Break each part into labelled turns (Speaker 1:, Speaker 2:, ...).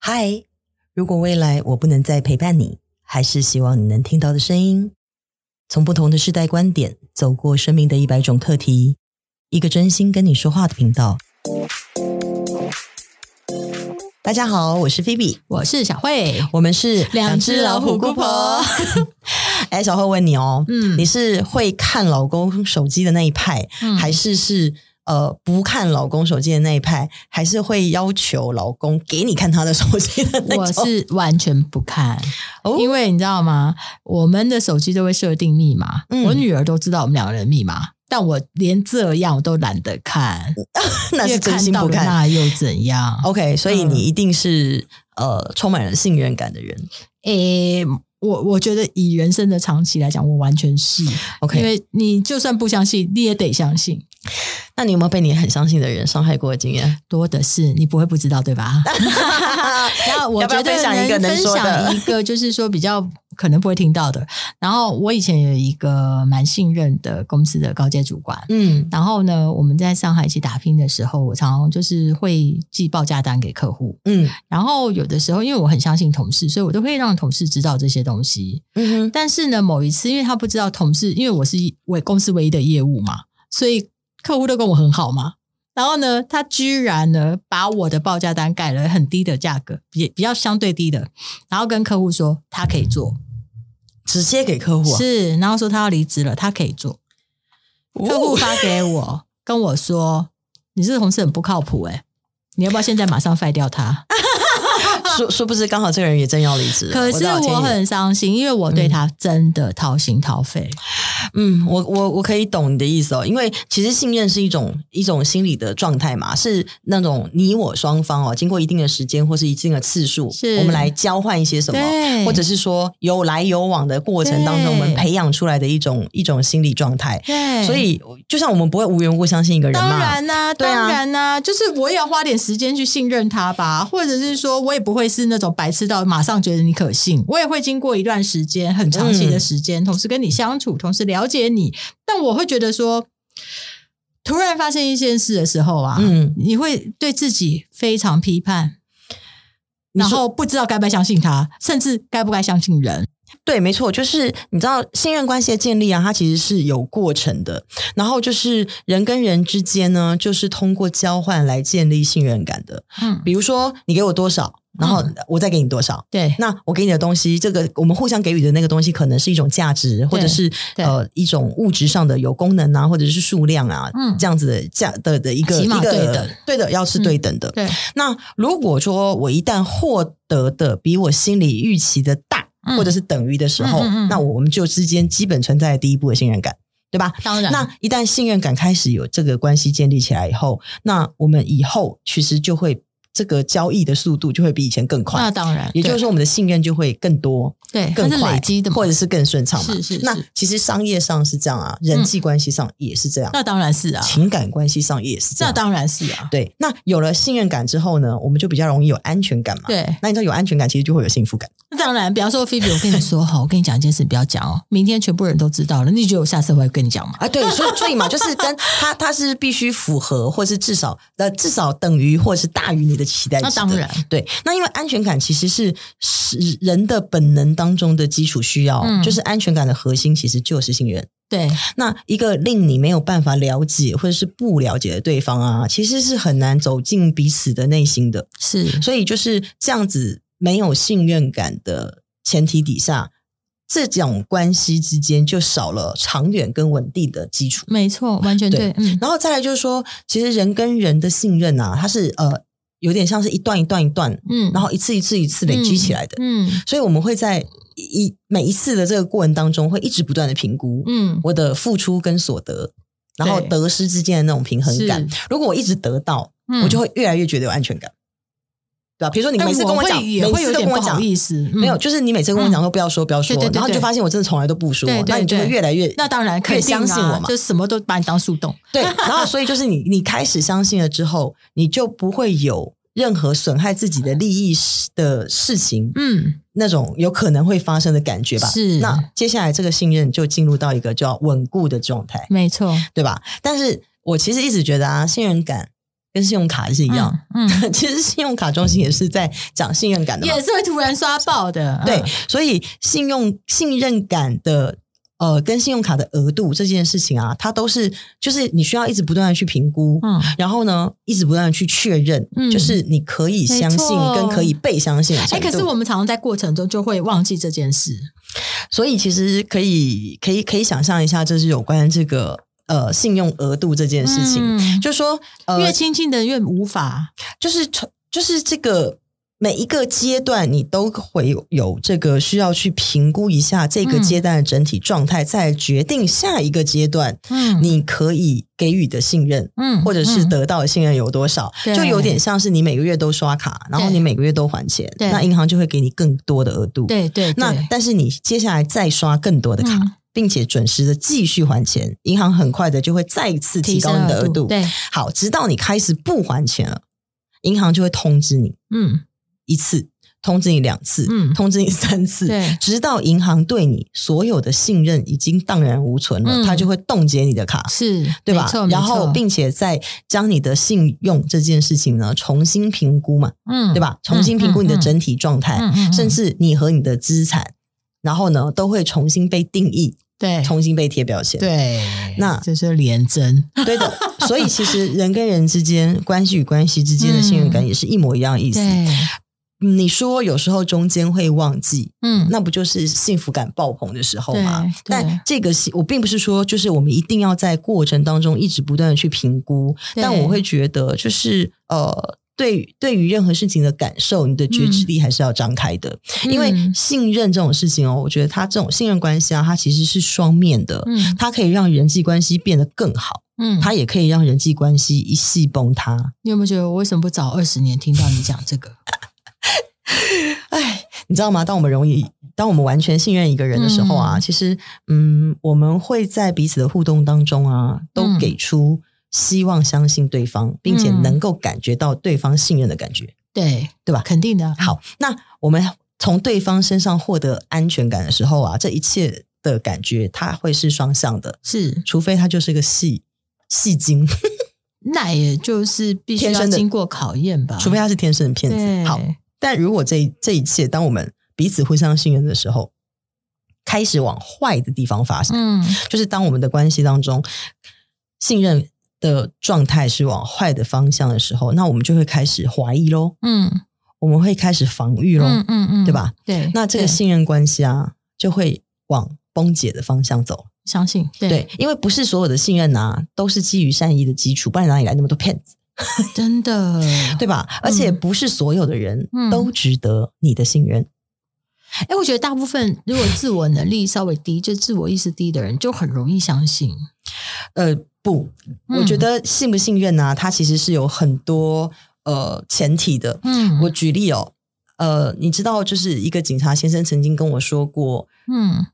Speaker 1: 嗨，如果未来我不能再陪伴你，还是希望你能听到的声音。从不同的世代观点，走过生命的一百种课题，一个真心跟你说话的频道。大家好，我是菲比，
Speaker 2: 我是小慧，
Speaker 1: 我们是
Speaker 2: 两只老虎姑婆。
Speaker 1: 哎，小慧问你哦，
Speaker 2: 嗯
Speaker 1: 你是会看老公手机的那一派，
Speaker 2: 嗯
Speaker 1: 还是是呃不看老公手机的那一派，还是会要求老公给你看他的手机的那种？
Speaker 2: 我 是完全不看，
Speaker 1: 哦
Speaker 2: 因为你知道吗？我们的手机都会设定密码，
Speaker 1: 嗯
Speaker 2: 我女儿都知道我们两个人的密码，但我连这样我都懒得看，
Speaker 1: 那
Speaker 2: 因
Speaker 1: 是
Speaker 2: 为
Speaker 1: 真
Speaker 2: 看
Speaker 1: 心
Speaker 2: 到
Speaker 1: 不
Speaker 2: 了
Speaker 1: 看。哦
Speaker 2: 那又怎样？
Speaker 1: OK，所以
Speaker 2: 嗯
Speaker 1: 你一定是、呃充满了信任感的人。
Speaker 2: 诶、我我觉得以人生的长期来讲，我完全是
Speaker 1: OK，
Speaker 2: 因为你就算不相信，你也得相信，
Speaker 1: 那你有没有被你很相信的人伤害过的经 验？
Speaker 2: 多的是，你不会不知道对吧？然啊后我
Speaker 1: 要不要
Speaker 2: 觉得
Speaker 1: 分享一个能
Speaker 2: 分
Speaker 1: 说的
Speaker 2: 享一个就是说比较可能不会听到的。然后我以前有一个蛮信任的公司的高阶主管，
Speaker 1: 嗯
Speaker 2: 然后呢，我们在上海一起打拼的时候，我常常就是会寄报价单给客户，
Speaker 1: 嗯
Speaker 2: 然后有的时候因为我很相信同事，所以我都会让同事知道这些东西。
Speaker 1: 嗯哼
Speaker 2: 但是呢，某一次因为他不知道同事，因为我是我公司唯一的业务嘛，所以客户都跟我很好嘛。然后呢，他居然呢把我的报价单改了很低的价格，比比较相对低的，然后跟客户说他可以做，
Speaker 1: 直接给客户、啊、
Speaker 2: 是，然后说他要离职了，他可以做。客户
Speaker 1: 哦
Speaker 2: 发给我，跟我说你这个同事很不靠谱、欸，你要不要现在马上废掉他？
Speaker 1: 殊殊不知刚好这个人也正要离职了。
Speaker 2: 可是
Speaker 1: 知道
Speaker 2: 我
Speaker 1: 天意
Speaker 2: 很伤心，因为我对他真的掏心掏肺。
Speaker 1: 嗯，我我我可以懂你的意思哦，因为其实信任是一种一种心理的状态嘛，是那种你我双方哦，经过一定的时间或是一定的次数
Speaker 2: 是，
Speaker 1: 我们来交换一些什么，
Speaker 2: 对
Speaker 1: 或者是说有来有往的过程当中，
Speaker 2: 对
Speaker 1: 我们培养出来的一种一种心理状态。
Speaker 2: 对
Speaker 1: 所以，就像我们不会无缘无故相信一个人
Speaker 2: 当
Speaker 1: 嘛，
Speaker 2: 然啦、
Speaker 1: 对啊
Speaker 2: 当然啦、就是我也要花点时间去信任他吧，或者是说我也不会是那种白痴到马上觉得你可信，我也会经过一段时间很长期的时
Speaker 1: 嗯
Speaker 2: 间，同时跟你相处，同时了解你，但我会觉得说，突然发现一件事的时候啊，
Speaker 1: 嗯，
Speaker 2: 你会对自己非常批判。
Speaker 1: 你
Speaker 2: 然
Speaker 1: 说
Speaker 2: 后不知道该不该相信他，甚至该不该相信人。
Speaker 1: 对，没错，就是你知道信任关系的建立啊，它其实是有过程的。然后就是人跟人之间呢，就是通过交换来建立信任感的。
Speaker 2: 嗯，
Speaker 1: 比如说，你给我多少，然后我再给你多少。
Speaker 2: 对，
Speaker 1: 那我给你的东西，这个我们互相给予的那个东西，可能是一种价值，或者是
Speaker 2: 对
Speaker 1: 呃一种物质上的有功能啊，或者是数量啊，
Speaker 2: 嗯
Speaker 1: 这样子的价的的一个
Speaker 2: 起码
Speaker 1: 一个
Speaker 2: 对等，嗯
Speaker 1: 对的，要是对等的。
Speaker 2: 对，
Speaker 1: 那如果说我一旦获得的比我心里预期的大，
Speaker 2: 嗯
Speaker 1: 或者是等于的时候，
Speaker 2: 嗯嗯嗯
Speaker 1: 那我们就之间基本存在的第一步的信任感，对吧？
Speaker 2: 当然，
Speaker 1: 那一旦信任感开始有这个关系建立起来以后，那我们以后其实就会这个交易的速度就会比以前更
Speaker 2: 那
Speaker 1: 快，
Speaker 2: 当然，
Speaker 1: 也就是说我们的信任就会更多、
Speaker 2: 对，对
Speaker 1: 更
Speaker 2: 它是
Speaker 1: 快
Speaker 2: 累积的嘛，
Speaker 1: 或者是更顺畅嘛。
Speaker 2: 是是
Speaker 1: 那
Speaker 2: 是嗯
Speaker 1: 其实商业上是这样啊，人际关系上也是这样，
Speaker 2: 那当然是啊，
Speaker 1: 情感关系上也是这
Speaker 2: 那
Speaker 1: 样。
Speaker 2: 当然是啊，
Speaker 1: 对，那有了信任感之后呢，我们就比较容易有安全感嘛。
Speaker 2: 对，
Speaker 1: 那你知道有安全感，其实就会有幸福感。
Speaker 2: 那当然，比方说菲比，我跟你说 哈，我跟你讲一件事，你不要讲哦，明天全部人都知道了，你觉得我下次会跟你讲吗？
Speaker 1: 啊，对，所以所以嘛，就是跟他他是必须符合，或是至少呃至少等于或是大于你的期待值
Speaker 2: 那
Speaker 1: 的。
Speaker 2: 当然，
Speaker 1: 对，那因为安全感其实是是人的本能当中的基础需要，
Speaker 2: 嗯
Speaker 1: 就是安全感的核心其实就是信任。
Speaker 2: 对，
Speaker 1: 那一个令你没有办法了解或者是不了解的对方啊，其实是很难走进彼此的内心的。
Speaker 2: 是
Speaker 1: 所以就是这样子，没有信任感的前提底下，这种关系之间就少了长远跟稳定的基础。
Speaker 2: 没错，完全对，嗯，
Speaker 1: 然后再来就是说，其实人跟人的信任啊，它是呃有点像是一段一段一段，
Speaker 2: 嗯，
Speaker 1: 然后一次一次一次累积起来的。
Speaker 2: 嗯
Speaker 1: 所以我们会在一一每一次的这个过程当中，会一直不断的评估
Speaker 2: 嗯，
Speaker 1: 我的付出跟所得，然后
Speaker 2: 对
Speaker 1: 得失之间的那种平衡感。如果我一直得到，
Speaker 2: 嗯
Speaker 1: 我就会越来越觉得有安全感，对吧？啊比如说你
Speaker 2: 但
Speaker 1: 每次跟
Speaker 2: 哎我
Speaker 1: 我
Speaker 2: 会
Speaker 1: 讲，
Speaker 2: 也
Speaker 1: 每
Speaker 2: 会有
Speaker 1: 次都
Speaker 2: 点
Speaker 1: 跟
Speaker 2: 不
Speaker 1: 我
Speaker 2: 好
Speaker 1: 讲，
Speaker 2: 意思，嗯
Speaker 1: 没有，，就是你每次跟我讲说不要说不要说
Speaker 2: 对对，对
Speaker 1: 然后你就
Speaker 2: 对
Speaker 1: 发现我真的从来都不说
Speaker 2: 对，对
Speaker 1: 那你就会
Speaker 2: 对
Speaker 1: 越来越
Speaker 2: 那当然可以
Speaker 1: 越相信我嘛
Speaker 2: 就什么都把你当树洞，
Speaker 1: 对，然后所以就是你你开始相信了之后，你就不会有任何损害自己的利益的事情
Speaker 2: 嗯，
Speaker 1: 那种有可能会发生的感觉吧。
Speaker 2: 是
Speaker 1: 那接下来这个信任就进入到一个叫稳固的状态，
Speaker 2: 没错，
Speaker 1: 对吧？但是我其实一直觉得啊，信任感跟信用卡是一样。
Speaker 2: 嗯， 嗯
Speaker 1: 其实信用卡中心也是在讲信任感的嘛
Speaker 2: 也，是会突然刷爆的。
Speaker 1: 对
Speaker 2: 嗯，
Speaker 1: 所以信用信任感的呃跟信用卡的额度这件事情啊，它都是就是你需要一直不断的去评估，
Speaker 2: 嗯，
Speaker 1: 然后呢一直不断的去确认，
Speaker 2: 嗯
Speaker 1: 就是你可以相
Speaker 2: 没
Speaker 1: 信
Speaker 2: 错
Speaker 1: 跟可以被相信的
Speaker 2: 哎、
Speaker 1: 程度。
Speaker 2: 可是我们常常在过程中就会忘记这件事。
Speaker 1: 所以其实可以可以可以想象一下，就是有关这个呃信用额度这件事情，
Speaker 2: 嗯
Speaker 1: 就说呃
Speaker 2: 越亲近的越无法。
Speaker 1: 就是从就是这个每一个阶段，你都会有有这个需要去评估一下这个
Speaker 2: 嗯
Speaker 1: 阶段的整体状态，再决定下一个阶段
Speaker 2: 嗯
Speaker 1: 你可以给予的信任。
Speaker 2: 嗯
Speaker 1: 或者是得到的信任有多少，
Speaker 2: 对
Speaker 1: 就有点像是你每个月都刷卡，然后你每个月都还钱，
Speaker 2: 对
Speaker 1: 那银行就会给你更多的额度。
Speaker 2: 对对对
Speaker 1: 那但是你接下来再刷更多的卡，
Speaker 2: 嗯
Speaker 1: 并且准时的继续还钱，银行很快的就会再一次提
Speaker 2: 提
Speaker 1: 高
Speaker 2: 高
Speaker 1: 你的额度。
Speaker 2: 对，
Speaker 1: 好，直到你开始不还钱了，银行就会通知你
Speaker 2: 嗯
Speaker 1: 一次，通知你两次，
Speaker 2: 嗯
Speaker 1: 通知你三次，
Speaker 2: 对
Speaker 1: 直到银行对你所有的信任已经荡然无存了，
Speaker 2: 嗯
Speaker 1: 它就会冻结你的卡。
Speaker 2: 是
Speaker 1: 对
Speaker 2: 没
Speaker 1: 吧
Speaker 2: 错？没
Speaker 1: 然后
Speaker 2: 错，
Speaker 1: 并且再将你的信用这件事情呢重新评估嘛，
Speaker 2: 嗯
Speaker 1: 对吧？重新评估你的
Speaker 2: 嗯嗯
Speaker 1: 整体状态，
Speaker 2: 嗯嗯嗯
Speaker 1: 甚至你和你的资产，然后呢都会重新被定义，
Speaker 2: 对
Speaker 1: 重新被贴标签。
Speaker 2: 哎对，
Speaker 1: 那
Speaker 2: 这是连针。
Speaker 1: 对的，所以其实人跟人之间、关系与关系之间的信任感也是一模一样的意思。
Speaker 2: 嗯对，
Speaker 1: 你说有时候中间会忘记，
Speaker 2: 嗯，
Speaker 1: 那不就是幸福感爆棚的时候吗
Speaker 2: 对？
Speaker 1: 但
Speaker 2: 对
Speaker 1: 这个是我并不是说，就是我们一定要在过程当中一直不断的去评估，
Speaker 2: 对
Speaker 1: 但我会觉得就是呃。对于，对于任何事情的感受，你的觉知力还是要张开的，因为
Speaker 2: 嗯
Speaker 1: 信任这种事情哦，我觉得它这种信任关系啊，它其实是双面的，
Speaker 2: 嗯
Speaker 1: 它可以让人际关系变得更好，
Speaker 2: 嗯，
Speaker 1: 它也可以让人际关系一系崩塌。
Speaker 2: 你有没有觉得我为什么不早二十年听到你讲这个？
Speaker 1: 哎，你知道吗？当我们容易，当我们完全信任一个人的时候啊，
Speaker 2: 嗯
Speaker 1: 其实，嗯，我们会在彼此的互动当中啊，都
Speaker 2: 嗯
Speaker 1: 给出希望相信对方，并且
Speaker 2: 嗯
Speaker 1: 能够感觉到对方信任的感觉。
Speaker 2: 对
Speaker 1: 对吧
Speaker 2: 肯定的。啊
Speaker 1: 好，哦那我们从对方身上获得安全感的时候啊，这一切的感觉它会是双向的，
Speaker 2: 是，
Speaker 1: 除非他就是个戏戏精，
Speaker 2: 啊那也就是必须
Speaker 1: 天
Speaker 2: 要
Speaker 1: 生的
Speaker 2: 经过考验吧。
Speaker 1: 除非他是天生的骗
Speaker 2: 对
Speaker 1: 子。好，但如果这一这一切，当我们彼此互相信任的时候，开始往坏的地方发生，
Speaker 2: 嗯
Speaker 1: 就是当我们的关系当中信任的状态是往坏的方向的时候，那我们就会开始怀疑喽，
Speaker 2: 嗯
Speaker 1: 我们会开始防御喽。
Speaker 2: 嗯嗯嗯，
Speaker 1: 对吧？
Speaker 2: 对，
Speaker 1: 那这个
Speaker 2: 对
Speaker 1: 信任关系啊，就会往崩解的方向走。
Speaker 2: 相信对
Speaker 1: 对，因为不是所有的信任啊，都是基于善意的基础，不然哪里来那么多骗子，
Speaker 2: 真的
Speaker 1: 对吧？而且不是所有的人
Speaker 2: 嗯
Speaker 1: 都值得你的信任。
Speaker 2: 哎、我觉得大部分如果自我能力稍微低，就自我意识低的人，就很容易相信。
Speaker 1: 呃，不，
Speaker 2: 嗯
Speaker 1: 我觉得信不信任啊，它其实是有很多呃前提的。
Speaker 2: 嗯
Speaker 1: 我举例哦，呃，你知道，就是一个警察先生曾经跟我说过，
Speaker 2: 嗯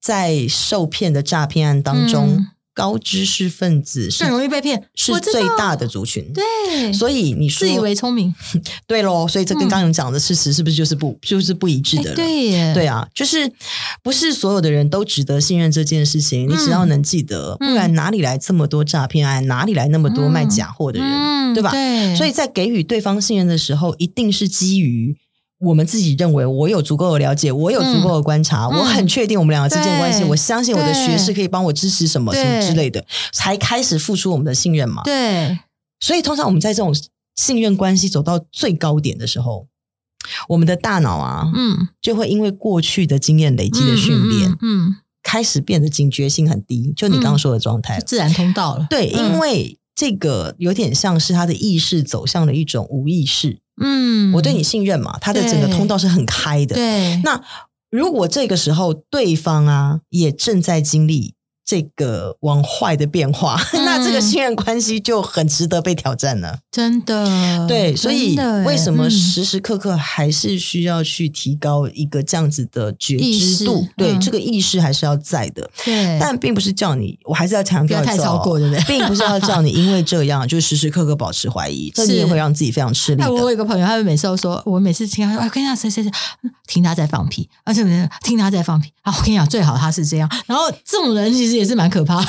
Speaker 1: 在受骗的诈骗案当中，
Speaker 2: 嗯
Speaker 1: 高知识分子是
Speaker 2: 更容易被骗，
Speaker 1: 是
Speaker 2: 我知
Speaker 1: 最
Speaker 2: 道
Speaker 1: 大的族群。
Speaker 2: 对，
Speaker 1: 所以你说
Speaker 2: 自以为聪明，
Speaker 1: 对喽，所以这跟
Speaker 2: 嗯
Speaker 1: 刚刚讲的事实是不是就是不、就是不一致
Speaker 2: 哎
Speaker 1: 的了？
Speaker 2: 对耶，
Speaker 1: 对啊，就是不是所有的人都值得信任这件事情，你只要能记得，
Speaker 2: 嗯
Speaker 1: 不然哪里来这么多诈骗案，哪里来那么多卖假货的人，
Speaker 2: 嗯，
Speaker 1: 对吧？
Speaker 2: 对，
Speaker 1: 所以在给予对方信任的时候，一定是基于。我们自己认为，我有足够的了解，我有足够的观察，
Speaker 2: 嗯
Speaker 1: 我很确定我们两个之间的关系，
Speaker 2: 对
Speaker 1: 我相信我的学士可以帮我支持什么什么
Speaker 2: 对
Speaker 1: 之类的，才开始付出我们的信任嘛。
Speaker 2: 对，
Speaker 1: 所以通常我们在这种信任关系走到最高点的时候，我们的大脑啊，
Speaker 2: 嗯，
Speaker 1: 就会因为过去的经验累积的训练，
Speaker 2: 嗯嗯嗯
Speaker 1: 开始变得警觉性很低，就你刚刚说的状态
Speaker 2: 嗯，。自然通道了，
Speaker 1: 对，
Speaker 2: 嗯
Speaker 1: 因为这个有点像是他的意识走向了一种无意识。
Speaker 2: 嗯，
Speaker 1: 我对你信任嘛，他的
Speaker 2: 对
Speaker 1: 整个通道是很开的。
Speaker 2: 对，
Speaker 1: 那如果这个时候对方啊也正在经历。这个往坏的变化，
Speaker 2: 嗯
Speaker 1: 那这个信任关系就很值得被挑战了。
Speaker 2: 真的
Speaker 1: 对，所以
Speaker 2: 真的耶
Speaker 1: 为什么
Speaker 2: 嗯
Speaker 1: 时时刻刻还是需要去提高一个这样子的觉
Speaker 2: 意
Speaker 1: 知
Speaker 2: 识
Speaker 1: 度？对，
Speaker 2: 嗯
Speaker 1: 这个意识还是要在的，
Speaker 2: 对，
Speaker 1: 但并不是叫你，我还是要强
Speaker 2: 不
Speaker 1: 调
Speaker 2: 要
Speaker 1: 一
Speaker 2: 太
Speaker 1: 次哦
Speaker 2: 超过，。对不对？
Speaker 1: 并不是要叫 你因为这样就时时刻刻保持怀疑，这
Speaker 2: 是
Speaker 1: 你也会让自己非常吃力
Speaker 2: 哎，我
Speaker 1: 的。哦
Speaker 2: 有一个朋友，他们每次都说，我每次听他说，哎，我跟你讲，谁谁嗯谁，啊 听他在放屁，而且听他在放屁啊，我跟你讲，最好他是这样。然后这种人其实也是蛮可怕。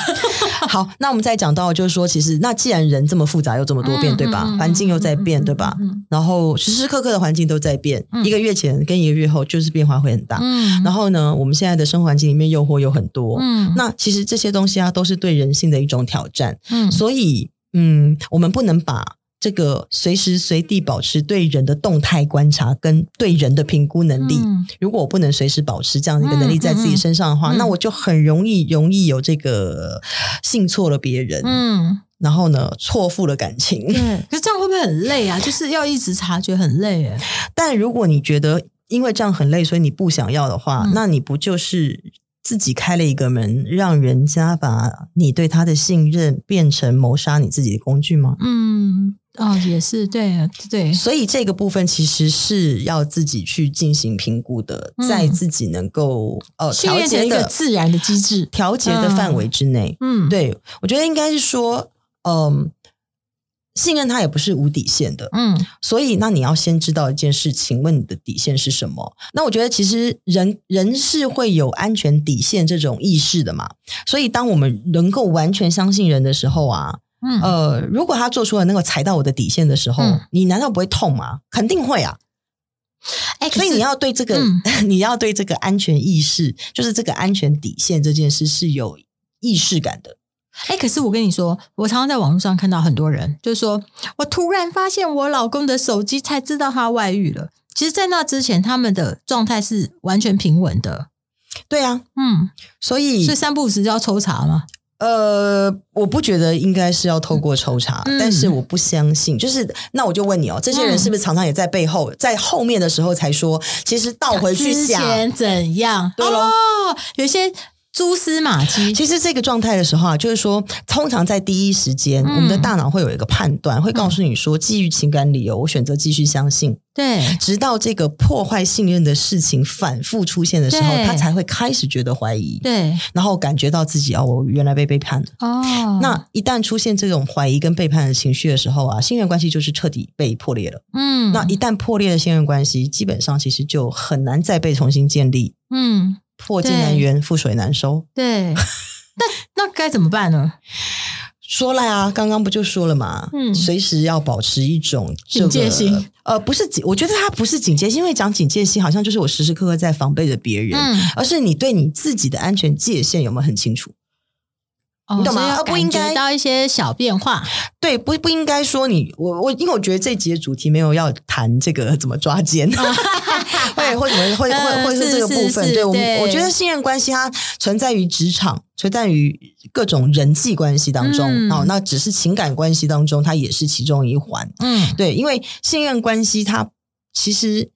Speaker 1: 好，那我们再讲到就是说，其实那既然人这么复杂又这么多变，对吧？环境又在变，对吧？
Speaker 2: 嗯
Speaker 1: 然后时时刻刻的环境都在变，
Speaker 2: 嗯
Speaker 1: 一个月前跟一个月后就是变化会很大。
Speaker 2: 嗯
Speaker 1: 啊然后呢，我们现在的生活环境里面诱惑有很多，
Speaker 2: 嗯
Speaker 1: 那其实这些东西啊都是对人性的一种挑战。
Speaker 2: 嗯
Speaker 1: 所以，嗯，我们不能把这个随时随地保持对人的动态观察跟对人的评估能力。
Speaker 2: 嗯
Speaker 1: 如果我不能随时保持这样的一个能力在自己身上的话，
Speaker 2: 嗯嗯嗯
Speaker 1: 那我就很容易容易有这个信错了别人，
Speaker 2: 嗯，
Speaker 1: 然后呢错付了感情。
Speaker 2: 对。可是这样会不会很累啊？就是要一直察觉，很累哎。
Speaker 1: 但如果你觉得因为这样很累，所以你不想要的话，
Speaker 2: 嗯
Speaker 1: 那你不就是自己开了一个门，让人家把你对他的信任变成谋杀你自己的工具吗？
Speaker 2: 嗯，哦，也是，对对，
Speaker 1: 所以这个部分其实是要自己去进行评估的，
Speaker 2: 嗯
Speaker 1: 在自己能够呃
Speaker 2: 训
Speaker 1: 调
Speaker 2: 练成
Speaker 1: 节
Speaker 2: 一个
Speaker 1: 的
Speaker 2: 自然的机制。
Speaker 1: 调节的范围之内。
Speaker 2: 嗯，，
Speaker 1: 对我觉得应该是说，嗯，信任它也不是无底线的，
Speaker 2: 嗯
Speaker 1: 所以，那你要先知道一件事情，问你的底线是什么？那我觉得其实人人是会有安全底线这种意识的嘛。所以，当我们能够完全相信人的时候啊，
Speaker 2: 嗯，
Speaker 1: 呃，如果他做出了那个踩到我的底线的时候，
Speaker 2: 嗯
Speaker 1: 你难道不会痛吗？肯定会啊。
Speaker 2: 哎，可
Speaker 1: 所以
Speaker 2: 是
Speaker 1: 你要对这个，
Speaker 2: 嗯
Speaker 1: 你要对这个安全意识，就是这个安全底线这件事是有意识感的。
Speaker 2: 哎、可是我跟你说，我常常在网络上看到很多人，就是说我突然发现我老公的手机，才知道他外遇了。其实，在那之前，他们的状态是完全平稳的。
Speaker 1: 对啊，
Speaker 2: 嗯，
Speaker 1: 所以
Speaker 2: 所以三不五时就要抽查嘛。
Speaker 1: 呃，我不觉得应该是要透过抽查，
Speaker 2: 嗯
Speaker 1: 但是我不相信。就是那我就问你哦，这些人
Speaker 2: 嗯
Speaker 1: 是不是常常也在背后，在后面的时候才说，其实倒回去
Speaker 2: 之
Speaker 1: 想，
Speaker 2: 前怎样？
Speaker 1: 对咯
Speaker 2: 哦，有一些蛛丝马迹。
Speaker 1: 其实这个状态的时候啊，就是说，通常在第一时间，
Speaker 2: 嗯
Speaker 1: 我们的大脑会有一个判断，会告诉你说，基于情感理由，我选择继续相信，
Speaker 2: 对，
Speaker 1: 直到这个破坏信任的事情反复出现的时候，
Speaker 2: 对
Speaker 1: 他才会开始觉得怀疑，
Speaker 2: 对，
Speaker 1: 然后感觉到自己哦，我原来被背叛了。
Speaker 2: 哦，
Speaker 1: 那一旦出现这种怀疑跟背叛的情绪的时候啊，信任关系就是彻底被破裂了。
Speaker 2: 嗯，
Speaker 1: 那一旦破裂的信任关系，基本上其实就很难再被重新建立。
Speaker 2: 嗯，
Speaker 1: 破镜难圆，覆水难收。
Speaker 2: 对，那那该怎么办呢？
Speaker 1: 说了啊，刚刚不就说了嘛，
Speaker 2: 嗯
Speaker 1: 随时要保持一种、这个、
Speaker 2: 警戒心。
Speaker 1: 呃，不是警，我觉得它不是警戒心，因为讲警戒心好像就是我时时刻刻在防备着别人，
Speaker 2: 嗯，
Speaker 1: 而是你对你自己的安全界限有没有很清楚？
Speaker 2: 哦
Speaker 1: 你懂吗
Speaker 2: 所以要
Speaker 1: 而不应
Speaker 2: 感觉
Speaker 1: 该
Speaker 2: 到一些小变化。
Speaker 1: 对，不不应该说你我我，因为我觉得这集的主题没有要谈这个怎么抓 奸，会或怎么会会
Speaker 2: 嗯
Speaker 1: 会是这个
Speaker 2: 是
Speaker 1: 部分。
Speaker 2: 是
Speaker 1: 对我们
Speaker 2: 对
Speaker 1: 我觉得信任关系它存在于职场，存在于各种人际关系当中，
Speaker 2: 嗯
Speaker 1: 哦，那只是情感关系当中，它也是其中一环。
Speaker 2: 嗯
Speaker 1: 对，因为信任关系它其实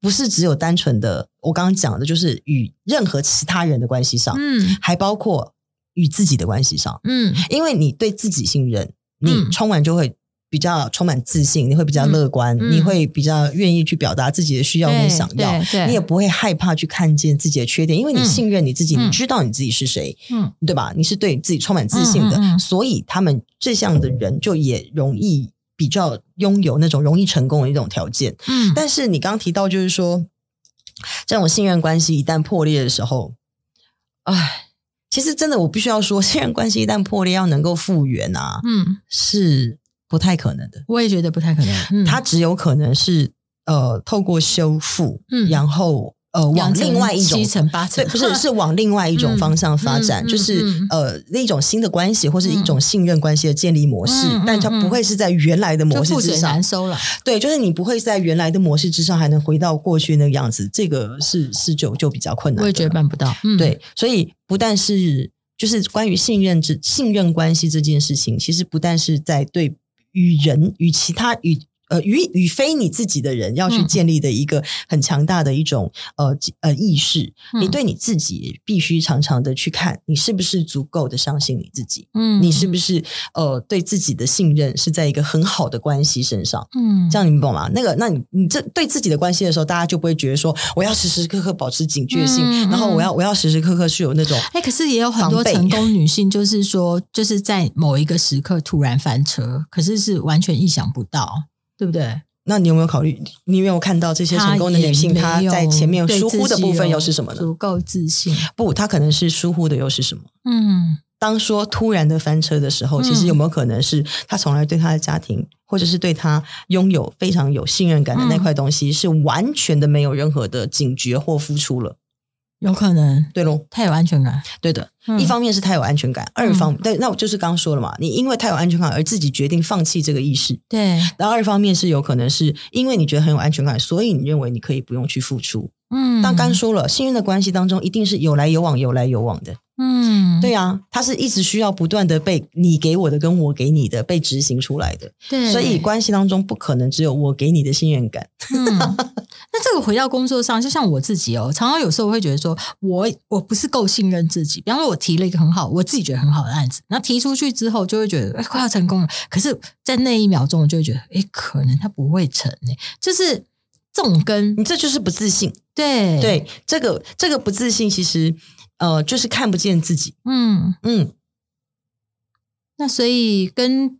Speaker 1: 不是只有单纯的我刚刚讲的，就是与任何其他人的关系上，
Speaker 2: 嗯
Speaker 1: 还包括与自己的关系上。
Speaker 2: 嗯
Speaker 1: 因为你对自己信任，你
Speaker 2: 嗯
Speaker 1: 冲完就会比较充满自信，你会比较乐观，
Speaker 2: 嗯
Speaker 1: 你会比较愿意去表达自己的需要跟想要，
Speaker 2: 对对对
Speaker 1: 你也不会害怕去看见自己的缺点，因为你
Speaker 2: 嗯
Speaker 1: 信任你自己，
Speaker 2: 嗯
Speaker 1: 你知道你自己是谁，
Speaker 2: 嗯
Speaker 1: 对吧？你是对自己充满自信的，
Speaker 2: 嗯嗯嗯
Speaker 1: 所以他们这样的人就也容易比较拥有那种容易成功的一种条件。
Speaker 2: 嗯，
Speaker 1: 但是你刚刚提到，就是说这种信任关系一旦破裂的时候，唉，其实真的我必须要说，信任关系一旦破裂，要能够复原啊，
Speaker 2: 嗯，
Speaker 1: 是不太可能的。
Speaker 2: 我也觉得不太可能。嗯，
Speaker 1: 它只有可能是呃，透过修复，
Speaker 2: 嗯
Speaker 1: 然后呃，往
Speaker 2: 养成
Speaker 1: 另外一种
Speaker 2: 七。成八成
Speaker 1: 对，不 是是往另外一种方向发展，
Speaker 2: 嗯嗯嗯
Speaker 1: 就是、
Speaker 2: 嗯
Speaker 1: 呃，那种新的关系或是一
Speaker 2: 嗯
Speaker 1: 种信任关系的建立模式，
Speaker 2: 嗯嗯
Speaker 1: 但它不
Speaker 2: 嗯
Speaker 1: 会是在原来的模
Speaker 2: 就
Speaker 1: 式
Speaker 2: 覆
Speaker 1: 之
Speaker 2: 水
Speaker 1: 上
Speaker 2: 难。收了。
Speaker 1: 对，就是你不会在原来的模式之上还能回到过去那个样子，这个是是就就比较困难的了。
Speaker 2: 我也觉得办不到。嗯，
Speaker 1: 对，所以不但是就是关于信任之信任关系这件事情，其实不但是在对与人与其他与。呃，与与非你自己的人要去
Speaker 2: 嗯
Speaker 1: 建立的一个很强大的一种、呃呃意识，
Speaker 2: 嗯
Speaker 1: 你对你自己必须常常的去看，你是不是足够的相信你自己，
Speaker 2: 嗯，
Speaker 1: 你是不是呃对自己的信任是在一个很好的关系身上。
Speaker 2: 嗯
Speaker 1: 这样你们懂吗？那个，那你你这对自己的关系的时候，大家就不会觉得说我要时时刻刻保持警觉性，
Speaker 2: 嗯
Speaker 1: 然后
Speaker 2: 嗯
Speaker 1: 我要我要时时刻刻是有那种
Speaker 2: 哎、可是也有很多
Speaker 1: 防备
Speaker 2: 成功女性，就是说，就是在某一个时刻突然翻车，可是是完全意想不到，对不对？
Speaker 1: 那你有没有考虑？你有没有看到这些成功的女性，她在前面疏忽的部分又是什么呢？
Speaker 2: 足够自信，
Speaker 1: 不，她可能是疏忽的又是什么？
Speaker 2: 嗯，
Speaker 1: 当说突然的翻车的时候，其实有没有可能是她从来对她的家庭，或者是对她拥有非常有信任感的那块东西，是完全的没有任何的警觉或付出了？
Speaker 2: 有可能
Speaker 1: 对喽，
Speaker 2: 太有安全感，
Speaker 1: 对的。
Speaker 2: 嗯
Speaker 1: 一方面是太有安全感，二方对，那我就是刚刚说了嘛，你因为太有安全感而自己决定放弃这个意识，
Speaker 2: 对，
Speaker 1: 然后二方面是有可能是因为你觉得很有安全感，所以你认为你可以不用去付出。
Speaker 2: 嗯，
Speaker 1: 但刚说了，信任的关系当中一定是有来有往，有来有往的。
Speaker 2: 嗯，
Speaker 1: 对啊，它是一直需要不断的被你给我的跟我给你的被执行出来的，
Speaker 2: 对，
Speaker 1: 所以关系当中不可能只有我给你的信任感。
Speaker 2: 嗯，那这个回到工作上，就像我自己哦，常常有时候会觉得说，我我不是够信任自己。比方说，我提了一个很好，我自己觉得很好的案子，那提出去之后，就会觉得、哎、快要成功了。可是，在那一秒钟，我就会觉得，哎，可能它不会成诶、就是这种跟
Speaker 1: 你这就是不自信。
Speaker 2: 对，
Speaker 1: 嗯对，这个这个不自信其实呃就是看不见自己。
Speaker 2: 嗯，
Speaker 1: 嗯，
Speaker 2: 那所以跟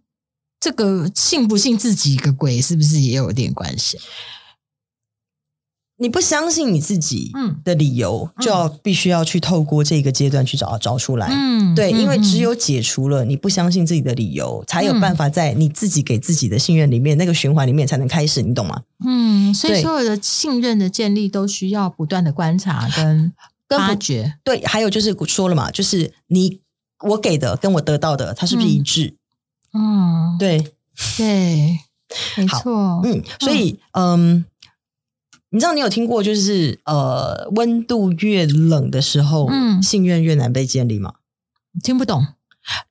Speaker 2: 这个信不信自己个鬼，是不是也有点关系？啊
Speaker 1: 你不相信你自己
Speaker 2: 嗯
Speaker 1: 的理由，
Speaker 2: 嗯
Speaker 1: 就要必须要去透过这个阶段去找找出来。
Speaker 2: 嗯，
Speaker 1: 对，因为
Speaker 2: 嗯
Speaker 1: 只有解除了你不相信自己的理由，才有办法在你自己给自己的信任里面、那个循环里面才能开始，你懂吗？
Speaker 2: 嗯，所以
Speaker 1: 对
Speaker 2: 所有的信任的建立都需要不断的观察跟
Speaker 1: 跟不
Speaker 2: 发掘。
Speaker 1: 对，还有就是说了嘛，就是你我给的跟我得到的，它是不是一致？
Speaker 2: 嗯，
Speaker 1: 对，
Speaker 2: 对，没
Speaker 1: 好
Speaker 2: 错。
Speaker 1: 嗯，所以嗯。你知道你有听过就是呃温度越冷的时候，
Speaker 2: 嗯
Speaker 1: 信任越难被建立吗？
Speaker 2: 听不懂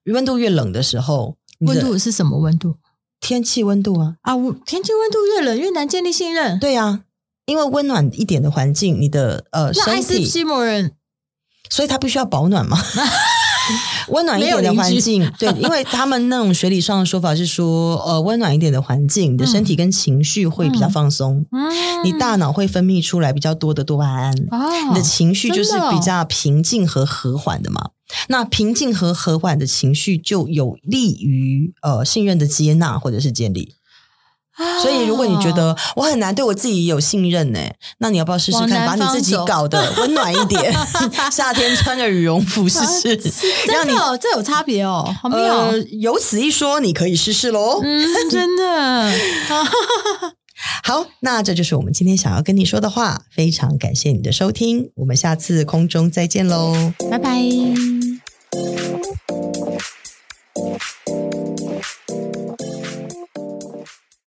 Speaker 1: 温度越冷的时候，你的
Speaker 2: 温度是什么温度
Speaker 1: 天气温度啊，
Speaker 2: 啊？我天气温度越冷越难建立信任。
Speaker 1: 对啊，因为温暖一点的环境，你的呃
Speaker 2: 那爱
Speaker 1: 身
Speaker 2: 斯
Speaker 1: 体
Speaker 2: 基摩人
Speaker 1: 所以他必须要保暖嘛， 温暖一点的环境，对，因为他们那种学理上的说法是说，呃，温暖一点的环境，你的身体跟情绪会比较放松，
Speaker 2: 嗯，
Speaker 1: 你大脑会分泌出来比较多的多巴胺，
Speaker 2: 哦，
Speaker 1: 你的情绪就是
Speaker 2: 真的哦
Speaker 1: 比较平静和和缓的嘛。那平静和和缓的情绪就有利于呃信任的接纳或者是建立。
Speaker 2: 啊
Speaker 1: 所以，如果你觉得我很难对我自己有信任呢、那你要不要试试
Speaker 2: 往
Speaker 1: 看，
Speaker 2: 南
Speaker 1: 把
Speaker 2: 方
Speaker 1: 你自己
Speaker 2: 走
Speaker 1: 搞 得温暖一点，夏天穿个羽绒服试试。
Speaker 2: 真的哦这有差别哦，好妙哦。
Speaker 1: 呃，有此一说，你可以试试喽。
Speaker 2: 嗯，真的，
Speaker 1: 好，那这就是我们今天想要跟你说的话。非常感谢你的收听，我们下次空中再见喽。
Speaker 2: 拜拜。